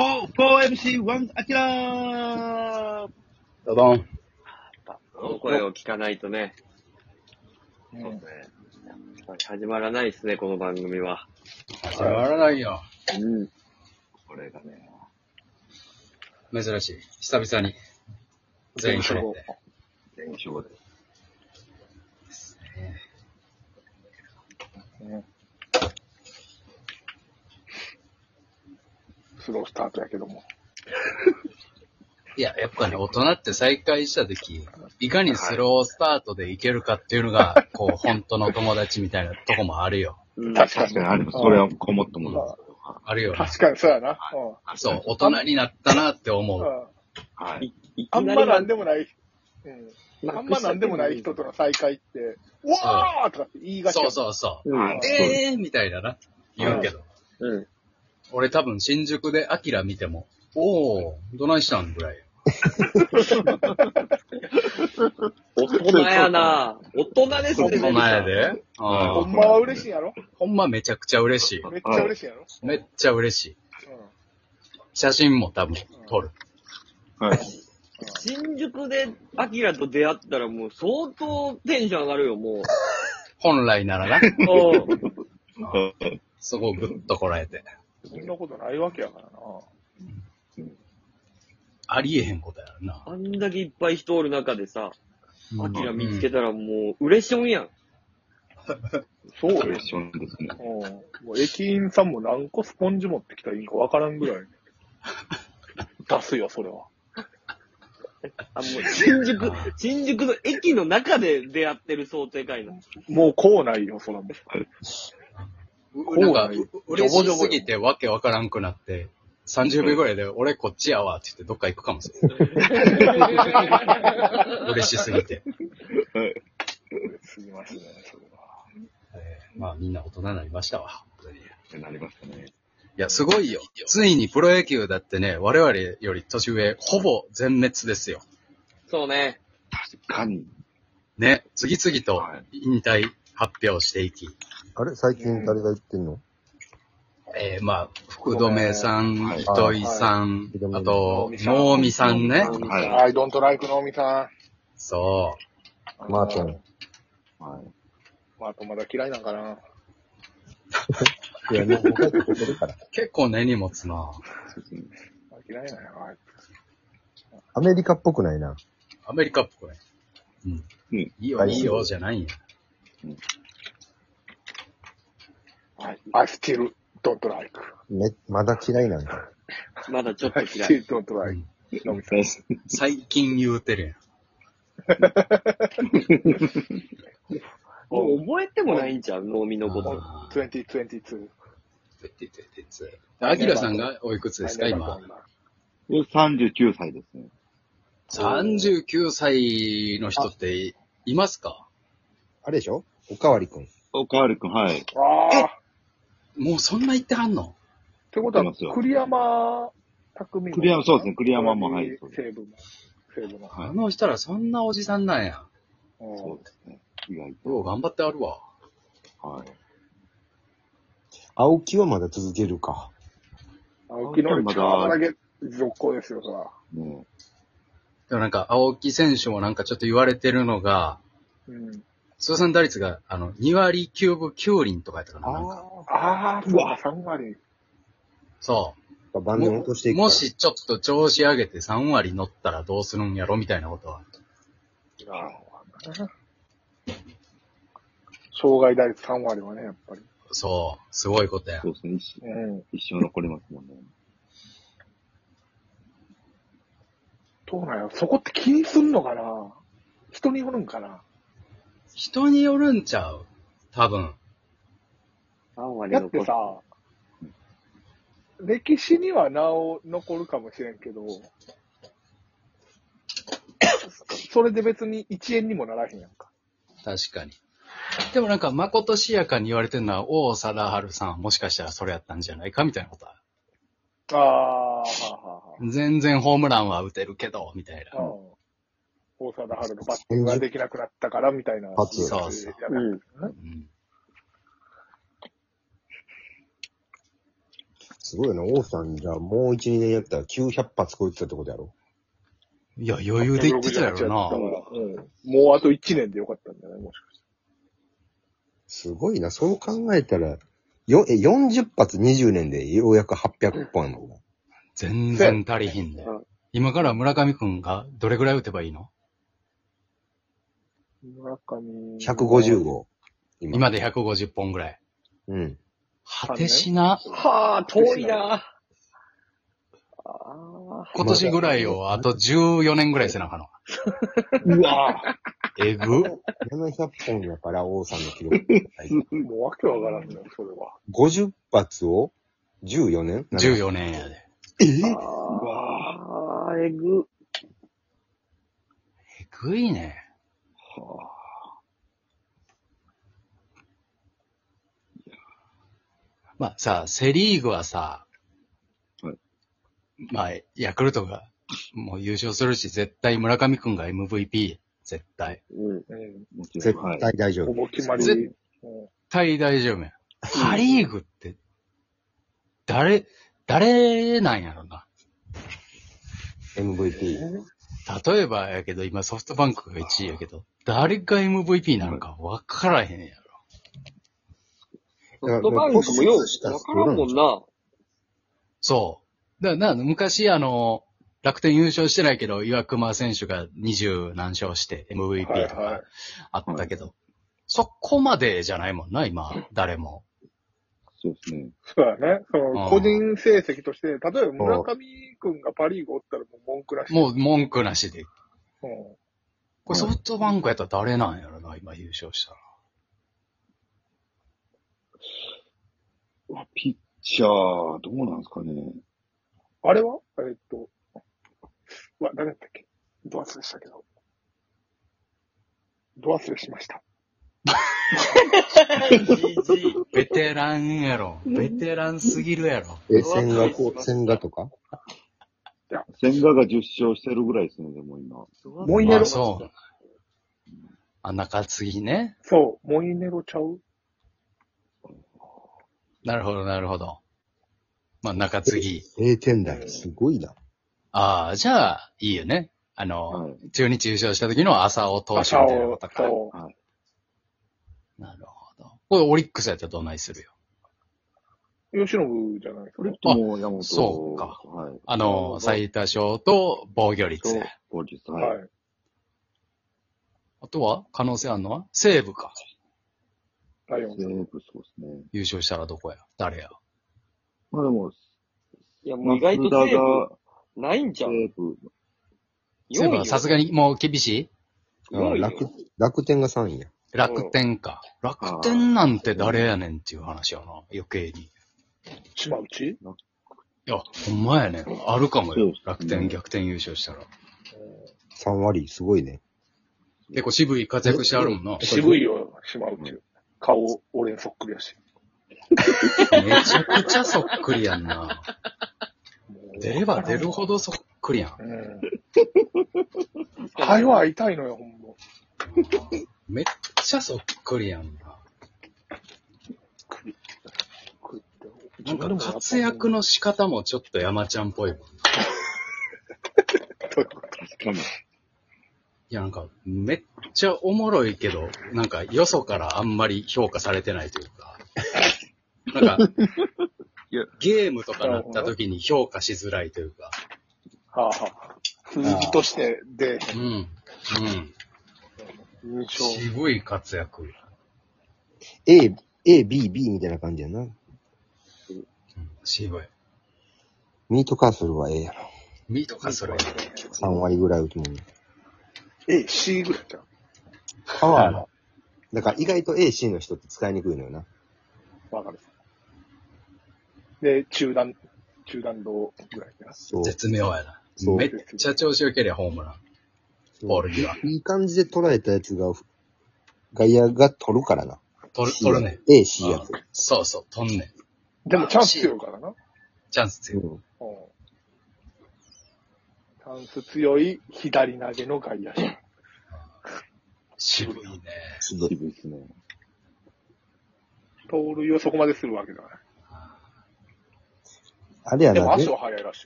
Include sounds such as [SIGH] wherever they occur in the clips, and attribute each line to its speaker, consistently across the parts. Speaker 1: 4MC1 アキラーどどん。
Speaker 2: お声を聞かないとね、そうですね。やっぱり始まらないですね、この番組は。
Speaker 1: 始まらないよ。
Speaker 2: うん。
Speaker 1: これがね。
Speaker 3: 珍しい。久々に。全員揃って。
Speaker 1: 全勝で。
Speaker 4: スロースタートやけども。
Speaker 3: いや、やっぱね、大人って再会した時、いかにスロースタートでいけるかっていうの [LAUGHS] が、こう、本当の友達みたいなとこもあるよ。
Speaker 2: うん、
Speaker 4: 確かに
Speaker 5: 確かに、あれ、それはこもっともだ。
Speaker 3: あるよね。
Speaker 4: 確かにそうやな。
Speaker 3: そう、大人になったなって思
Speaker 4: うん
Speaker 3: う。
Speaker 4: うん
Speaker 5: はい。
Speaker 2: い
Speaker 4: あ
Speaker 2: き
Speaker 4: ん
Speaker 2: な
Speaker 4: ま
Speaker 2: り
Speaker 4: な
Speaker 2: は
Speaker 4: んでもない。うん。あんまなんでもない人との再会って、うわーとかって言いがちや
Speaker 3: そ
Speaker 4: も
Speaker 3: うんそうそうう。
Speaker 2: ん。
Speaker 3: えーみたいなな。言うけど。
Speaker 2: うん。
Speaker 3: 俺多分新宿でアキラ見ても、おー、どないしたんぐらいよ。
Speaker 2: 大人やな大人ですね。
Speaker 3: 大人や
Speaker 2: で。
Speaker 3: で。あ
Speaker 4: ほ
Speaker 3: ー
Speaker 4: んまは嬉しいんやろ
Speaker 3: ほんまめちゃくちゃ嬉し
Speaker 4: めっちゃ嬉しいんやろ
Speaker 3: い。めっちゃ嬉しい。
Speaker 4: うん
Speaker 3: 写真も多分撮る。
Speaker 5: はい。
Speaker 2: 新宿でアキラと出会ったらもう相当テンション上がるよ、もう。
Speaker 3: 本来なら [LAUGHS] な。
Speaker 2: うん。
Speaker 3: そこをぐっとこらえて。
Speaker 4: そんなことないわけやからな。
Speaker 3: ありえへんことやろな。
Speaker 2: あんだけいっぱい人おる中でさ、アキラ見つけ
Speaker 3: た。
Speaker 2: たらもう、嬉しょんやん。
Speaker 4: そう
Speaker 5: プレ
Speaker 4: よ
Speaker 5: ッ。ションですね。
Speaker 4: うんもう駅員さんも何個スポンジ持ってきたらいいんかわからんぐらい。出すよ、それは。
Speaker 2: あ、もう、 [LAUGHS] 新宿
Speaker 3: あー、
Speaker 2: 新宿の駅の中で出会ってる想定会な。
Speaker 4: もう校内よ、そらもう。
Speaker 3: なんか、
Speaker 4: こうな
Speaker 3: う嬉しすぎてわけわからんくなって、30秒ぐらいで、俺こっちやわって言ってどっか行くかもし [LAUGHS] れない。嬉しすぎて。
Speaker 4: すぎますね、それは。
Speaker 3: えーまあみんな大人になりましたわ。本当にい
Speaker 5: ってなりましたね。
Speaker 3: や、すごいよ。ついにプロ野球だってね、我々より年上、ほぼ全滅ですよ。
Speaker 2: そうね。
Speaker 5: 確かに。
Speaker 3: ね、次々と
Speaker 5: は
Speaker 3: 引退発表していき、
Speaker 6: あれ最近誰が言ってんの、
Speaker 3: えー、まあ、福留さん、
Speaker 5: はい
Speaker 3: 糸井さん、
Speaker 6: はい
Speaker 3: あと
Speaker 4: 能見、さ
Speaker 3: 能
Speaker 4: ん
Speaker 3: 見さんね。
Speaker 5: はい。は
Speaker 4: はい、ドントライクのみさ
Speaker 3: そ
Speaker 4: ん。
Speaker 6: マートン。。
Speaker 5: い。
Speaker 4: マートンまだ嫌いなんかな。
Speaker 6: いや、もう帰ってきてるから。
Speaker 3: う。結構ね、荷物な。
Speaker 5: そうですね。
Speaker 4: 嫌いなんやな、あい
Speaker 6: アメリカっぽくないな。
Speaker 3: アメリカっぽい。うん。
Speaker 5: うん
Speaker 3: いいよ、
Speaker 6: はい
Speaker 3: いいよ、じゃないんや。
Speaker 4: つはい。I still don't like.
Speaker 6: め、まだ嫌いなんだ。
Speaker 2: まだちょっと
Speaker 4: I
Speaker 2: 嫌い。
Speaker 4: still don't like. のみさん。
Speaker 3: 最近言うてる
Speaker 2: もう覚えてもないんちゃう脳み
Speaker 3: や
Speaker 2: の
Speaker 3: ん。
Speaker 2: こと。
Speaker 3: あー
Speaker 4: 2022。
Speaker 3: てってってってってアキラさんがおいくつですか、今。
Speaker 5: 39歳ですね。
Speaker 3: 39歳の人っていますか
Speaker 6: あれでしょおかわりくん。
Speaker 5: おかわりくん、はい。
Speaker 4: ああ。っ
Speaker 3: もうそんな言ってはんの
Speaker 4: てことは、栗山匠も
Speaker 5: 栗山そうですね栗山もはい
Speaker 4: 西武も。西武も。
Speaker 5: はい
Speaker 3: あの人らそんなおじさんなんや。
Speaker 4: う
Speaker 5: そうんですね。意外と。
Speaker 3: よう頑張ってあるわ。
Speaker 5: はい。
Speaker 6: 青木はまだ続けるか。
Speaker 4: 青木のりちゃんはまだげ続行ですよ、そら。
Speaker 5: ね
Speaker 3: でもなんか、青木選手もなんかちょっと言われてるのが、
Speaker 4: うん。
Speaker 3: 通算打率が、あの、2割9分9厘とかやったかななんか。
Speaker 4: ああ、うわ、3割。
Speaker 3: そ
Speaker 6: 晩年落として
Speaker 3: う。
Speaker 6: いくから。
Speaker 3: もしちょっと調子上げて3割乗ったらどうするんやろみたいなことは。
Speaker 4: 障害打率3割はね、やっぱり。
Speaker 3: そう。すごいことや
Speaker 5: そ。うですね。一
Speaker 4: うん。
Speaker 5: 一生残りますもんね。
Speaker 4: どうなんやろそこって気にすんのかな人によるんかな
Speaker 3: 人によるんちゃう多分。
Speaker 2: 3割
Speaker 4: だっ
Speaker 2: 残
Speaker 4: て
Speaker 2: す。
Speaker 4: さ、歴史にはなお残るかもしれんけど、それで別に1円にもならへんやんか。
Speaker 3: 確かに。でもなんか、まことしやかに言われてるのは、王貞治さんはもしかしたらそれやったんじゃないかみたいなことは。
Speaker 4: ああ、はあは
Speaker 3: 全然ホームランは打てるけど、みたい
Speaker 4: あはあ。う
Speaker 3: な。
Speaker 4: ん大沢春のバッティングができなくなったからみたいな。
Speaker 6: 初
Speaker 3: そうそう
Speaker 4: やな
Speaker 2: う
Speaker 3: う
Speaker 2: ん。
Speaker 3: ん
Speaker 6: すごいよな、王さんじゃもう1、2年やったら900発超えてたってことやろ
Speaker 3: いや、余裕で言ってたやろな。
Speaker 4: うんもうあと1年でよかったんじゃないもしか
Speaker 6: すごいな、そう考えたら、よ、え、40発20年でようやく800本なんだ。
Speaker 3: 全然足りひんね
Speaker 4: うん。
Speaker 3: 今から村上くんがどれぐらい打てばいいの
Speaker 4: したら。村上。
Speaker 6: 150号。今
Speaker 3: 今で150本ぐらい。
Speaker 6: うん。
Speaker 3: 果てしな。
Speaker 2: はあ、遠いな。
Speaker 4: ああ。
Speaker 3: 今年ぐらいをあと14年ぐらいせなあかんの。
Speaker 5: うわぁ
Speaker 3: えぐ
Speaker 6: 700本やから王さんの記 [LAUGHS] 録。
Speaker 4: もうわけわからんね、それは。
Speaker 6: 50発を14年
Speaker 3: ?14 年やで。
Speaker 6: え
Speaker 4: ああ、えぐ。
Speaker 3: えぐいね。まあさ、セリーグはさ、
Speaker 5: はい
Speaker 3: まあ、ヤクルトがもう優勝するし、絶対村上くんが MVP、絶対。
Speaker 2: うん。
Speaker 4: うん。
Speaker 5: もちろん、は
Speaker 6: 絶
Speaker 5: い。
Speaker 6: 対大丈
Speaker 4: ほ
Speaker 6: 夫。
Speaker 4: ぼ決まり。
Speaker 3: ぜ絶対大丈夫や。パリーグって、誰、誰なんやろな。
Speaker 6: MVP。
Speaker 3: 例えばやけど、今ソフトバンクが1位やけど、誰が MVP なのか分からへんやろ。
Speaker 2: ソフトバンクもよう、わからんもんな。
Speaker 3: そう。だな、昔あの、楽天優勝してないけど、岩隈選手が20何勝して MVP
Speaker 4: はい
Speaker 3: と
Speaker 4: は
Speaker 3: かあったけど、そこまでじゃないもんな、今、誰も。
Speaker 5: そうですね。
Speaker 4: そうやね。そ
Speaker 3: あー
Speaker 4: の、個人成績として、例えば村上くんがパリーグおったらもう文句らしい。
Speaker 3: もう文句なしで。
Speaker 4: うん。
Speaker 3: これソフトバンクやったら誰なんやろな、今優勝したら。
Speaker 5: うわピッチャー、どうなんですかね。
Speaker 4: あれはえっと、うわ、誰だったっけド忘れしたけど。ド忘れしました。
Speaker 3: ベテランやろ。ベテランすぎるやろ。
Speaker 6: え、千賀こう、千賀とか
Speaker 5: 千賀が10勝してるぐらいですね、でも今。
Speaker 4: モイネ
Speaker 3: [LAUGHS] まあ
Speaker 4: ロ。
Speaker 3: そう。あ、中継ぎね。
Speaker 4: そう、モイネロちゃう
Speaker 3: なるほど、なるほど。まあ、中継ぎ。
Speaker 6: ?0 点台。すごいな。
Speaker 3: ああ、じゃあ、いいよね。あの、
Speaker 5: はい。
Speaker 3: 中日優勝した時の朝尾投手みたいなことか。
Speaker 4: そう
Speaker 3: なるほど。これオリックスやったらどないするよ。
Speaker 4: 吉信じゃないそ
Speaker 5: それ
Speaker 4: れ。
Speaker 5: とも山本。
Speaker 3: そうか
Speaker 5: はい。
Speaker 3: あ
Speaker 2: なるほ
Speaker 3: の、
Speaker 2: ど
Speaker 3: 最多勝と防御率
Speaker 5: そう。、ポジス、はい。
Speaker 4: はい。
Speaker 3: あとは可能性あるのは西武か。
Speaker 4: ライ
Speaker 5: セ
Speaker 4: オンズ。
Speaker 5: ーブ、そうですね。
Speaker 3: 優勝したらどこや誰や
Speaker 5: まあでも、
Speaker 2: いや、もう意外と
Speaker 5: 松田
Speaker 2: セー
Speaker 5: が
Speaker 2: ブ、ないんじ
Speaker 5: セ
Speaker 2: ゃん。
Speaker 5: ーブ、
Speaker 3: 西武はさすがにもう厳しい
Speaker 6: あ楽、楽天が3位や。
Speaker 3: 楽天か。楽天なんて誰やねんっていう話やな。余計に。い
Speaker 4: 島内
Speaker 3: や、ほんまやねん。あるかも
Speaker 5: そう
Speaker 3: よ
Speaker 5: ですね。
Speaker 3: 楽天逆転優勝したら。
Speaker 6: 3割、すごいね。
Speaker 3: 結構渋い活躍してあるもんな。
Speaker 4: 渋いよ、島内。顔、俺にそっくりやし。
Speaker 3: めちゃくちゃそっくりやんな。出れば出るほどそっくりやん。
Speaker 4: うん。肺は痛いのよ、ほんま。
Speaker 3: めっちゃそっくりやんな。なんか活躍の仕方もちょっと山ちゃんっぽいもんな。
Speaker 5: 確かに。
Speaker 3: いや、なんか、めっちゃおもろいけど、なんか、よそからあんまり評価されてないというか。なんか
Speaker 5: いや、
Speaker 3: ゲームとかなった時に評価しづらいというか。
Speaker 4: はあはあ。数字としてで、
Speaker 3: うん。うん。
Speaker 4: 印象。
Speaker 3: 渋い活躍。
Speaker 6: A、A、B、B みたいな感じやな。
Speaker 3: うん渋い。
Speaker 6: ミートカーソルは A や
Speaker 3: ミートかそれ。
Speaker 6: な。3割ぐらい打つもん。
Speaker 4: A、C ぐらいじゃん。
Speaker 6: パワーが。だから意外と A、C の人って使いにくいのよな。
Speaker 4: わかる。で、中段、中段道ぐらいです。
Speaker 6: そう。
Speaker 3: 絶妙やな。
Speaker 6: そう
Speaker 3: めっちゃ調子よけりゃホームラン。ボール際。
Speaker 6: いい感じで捉えたやつが、外野が取るからな。
Speaker 3: 取る、取るね。
Speaker 6: A、C やつ
Speaker 3: う。んそうそう、取んねん。
Speaker 4: でもチャンス強いからな。うん。
Speaker 3: チャンス強い。
Speaker 6: うん
Speaker 4: チャンス強い左投げの外野手。
Speaker 3: 渋いね。
Speaker 6: すごい。
Speaker 5: 渋いですね。
Speaker 4: 盗塁をそこまでするわけだから。
Speaker 6: あれや
Speaker 4: でも
Speaker 6: な、
Speaker 4: 足
Speaker 6: ぜ
Speaker 4: は速いらし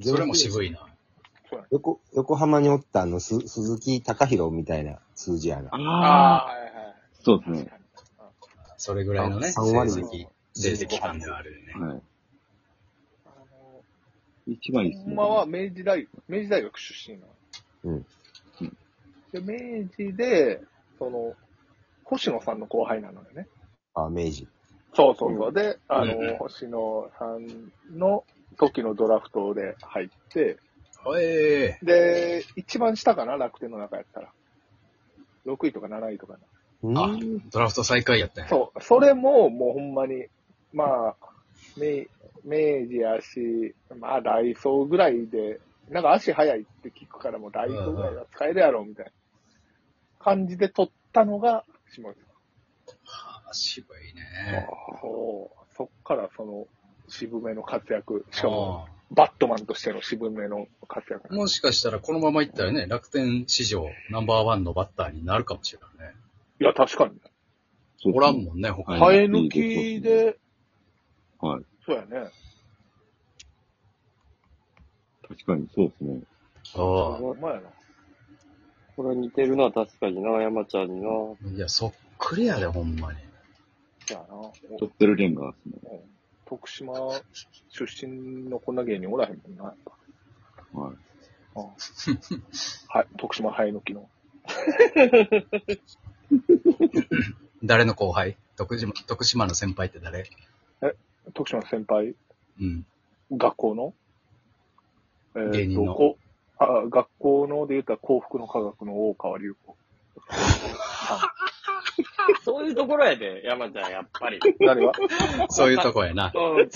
Speaker 4: い。
Speaker 3: それも渋いな。
Speaker 6: 横横浜におったあの、す鈴木隆弘みたいな数字やな。
Speaker 5: ああ、
Speaker 4: あー、はいはい。
Speaker 5: そうですね。
Speaker 3: それぐらいのね、成
Speaker 6: 三割
Speaker 3: 績、成績感ではあるよね。
Speaker 5: は
Speaker 4: あの
Speaker 5: い。一番いいです
Speaker 4: ほん
Speaker 5: ね。
Speaker 4: まは明治大学、明治大学出身なの。
Speaker 6: うん
Speaker 5: うん
Speaker 4: で、明治で、その、星野さんの後輩なのよね。
Speaker 6: あ、明治。
Speaker 4: そうそうそう。で、あの、
Speaker 3: うん
Speaker 4: 星野さんの時のドラフトで入って、
Speaker 3: ええ
Speaker 4: で、一番下かな、楽天の中やったら。6位とか7位とかな。
Speaker 6: うん
Speaker 3: あ、ドラフト最下位やったんや。
Speaker 4: そう、それももうほんまに、まあ、明明治やし、まあ、ダイソーぐらいで、なんか足速いって聞くから、もうダイソーぐらいは使えるやろ、みたいな感じで取ったのが、下地。
Speaker 3: あ渋いね。
Speaker 4: そう、そっからその、渋めの活躍、しかも、
Speaker 3: あ
Speaker 4: バットマンとしての渋めの活躍
Speaker 3: あ。もしかしたらこのままいったらね、楽天史上ナンバーワンのバッターになるかもしれないね。
Speaker 4: いや、確かに。
Speaker 5: そうですね
Speaker 3: おらんもんね、他に。
Speaker 5: は
Speaker 4: 生
Speaker 5: い
Speaker 4: え抜きで、
Speaker 5: はい。
Speaker 4: そうやね。
Speaker 5: 確かにそうですね。
Speaker 3: あ
Speaker 4: ほんまやな。
Speaker 2: これ似てるな、確かにな、山ちゃんにな。
Speaker 3: あ。いや、そっくりやで、ほんまに。
Speaker 4: そうやな。
Speaker 5: トッペルレンガーですね。
Speaker 4: 徳島出身のこんな芸人おらへんもんな。
Speaker 5: はい。
Speaker 4: はい、徳島生え抜きの。
Speaker 3: 誰の後輩徳島、徳島の先輩って誰
Speaker 4: 徳島の先輩、
Speaker 3: うん。
Speaker 4: 学校の、えーと
Speaker 3: 芸人の
Speaker 4: こあ学校ので言ったら幸福の科学の大川隆子。
Speaker 2: そういうところやで、山ちゃん、やっぱり。
Speaker 4: 誰が
Speaker 3: そういうとこやな。
Speaker 2: [LAUGHS] うん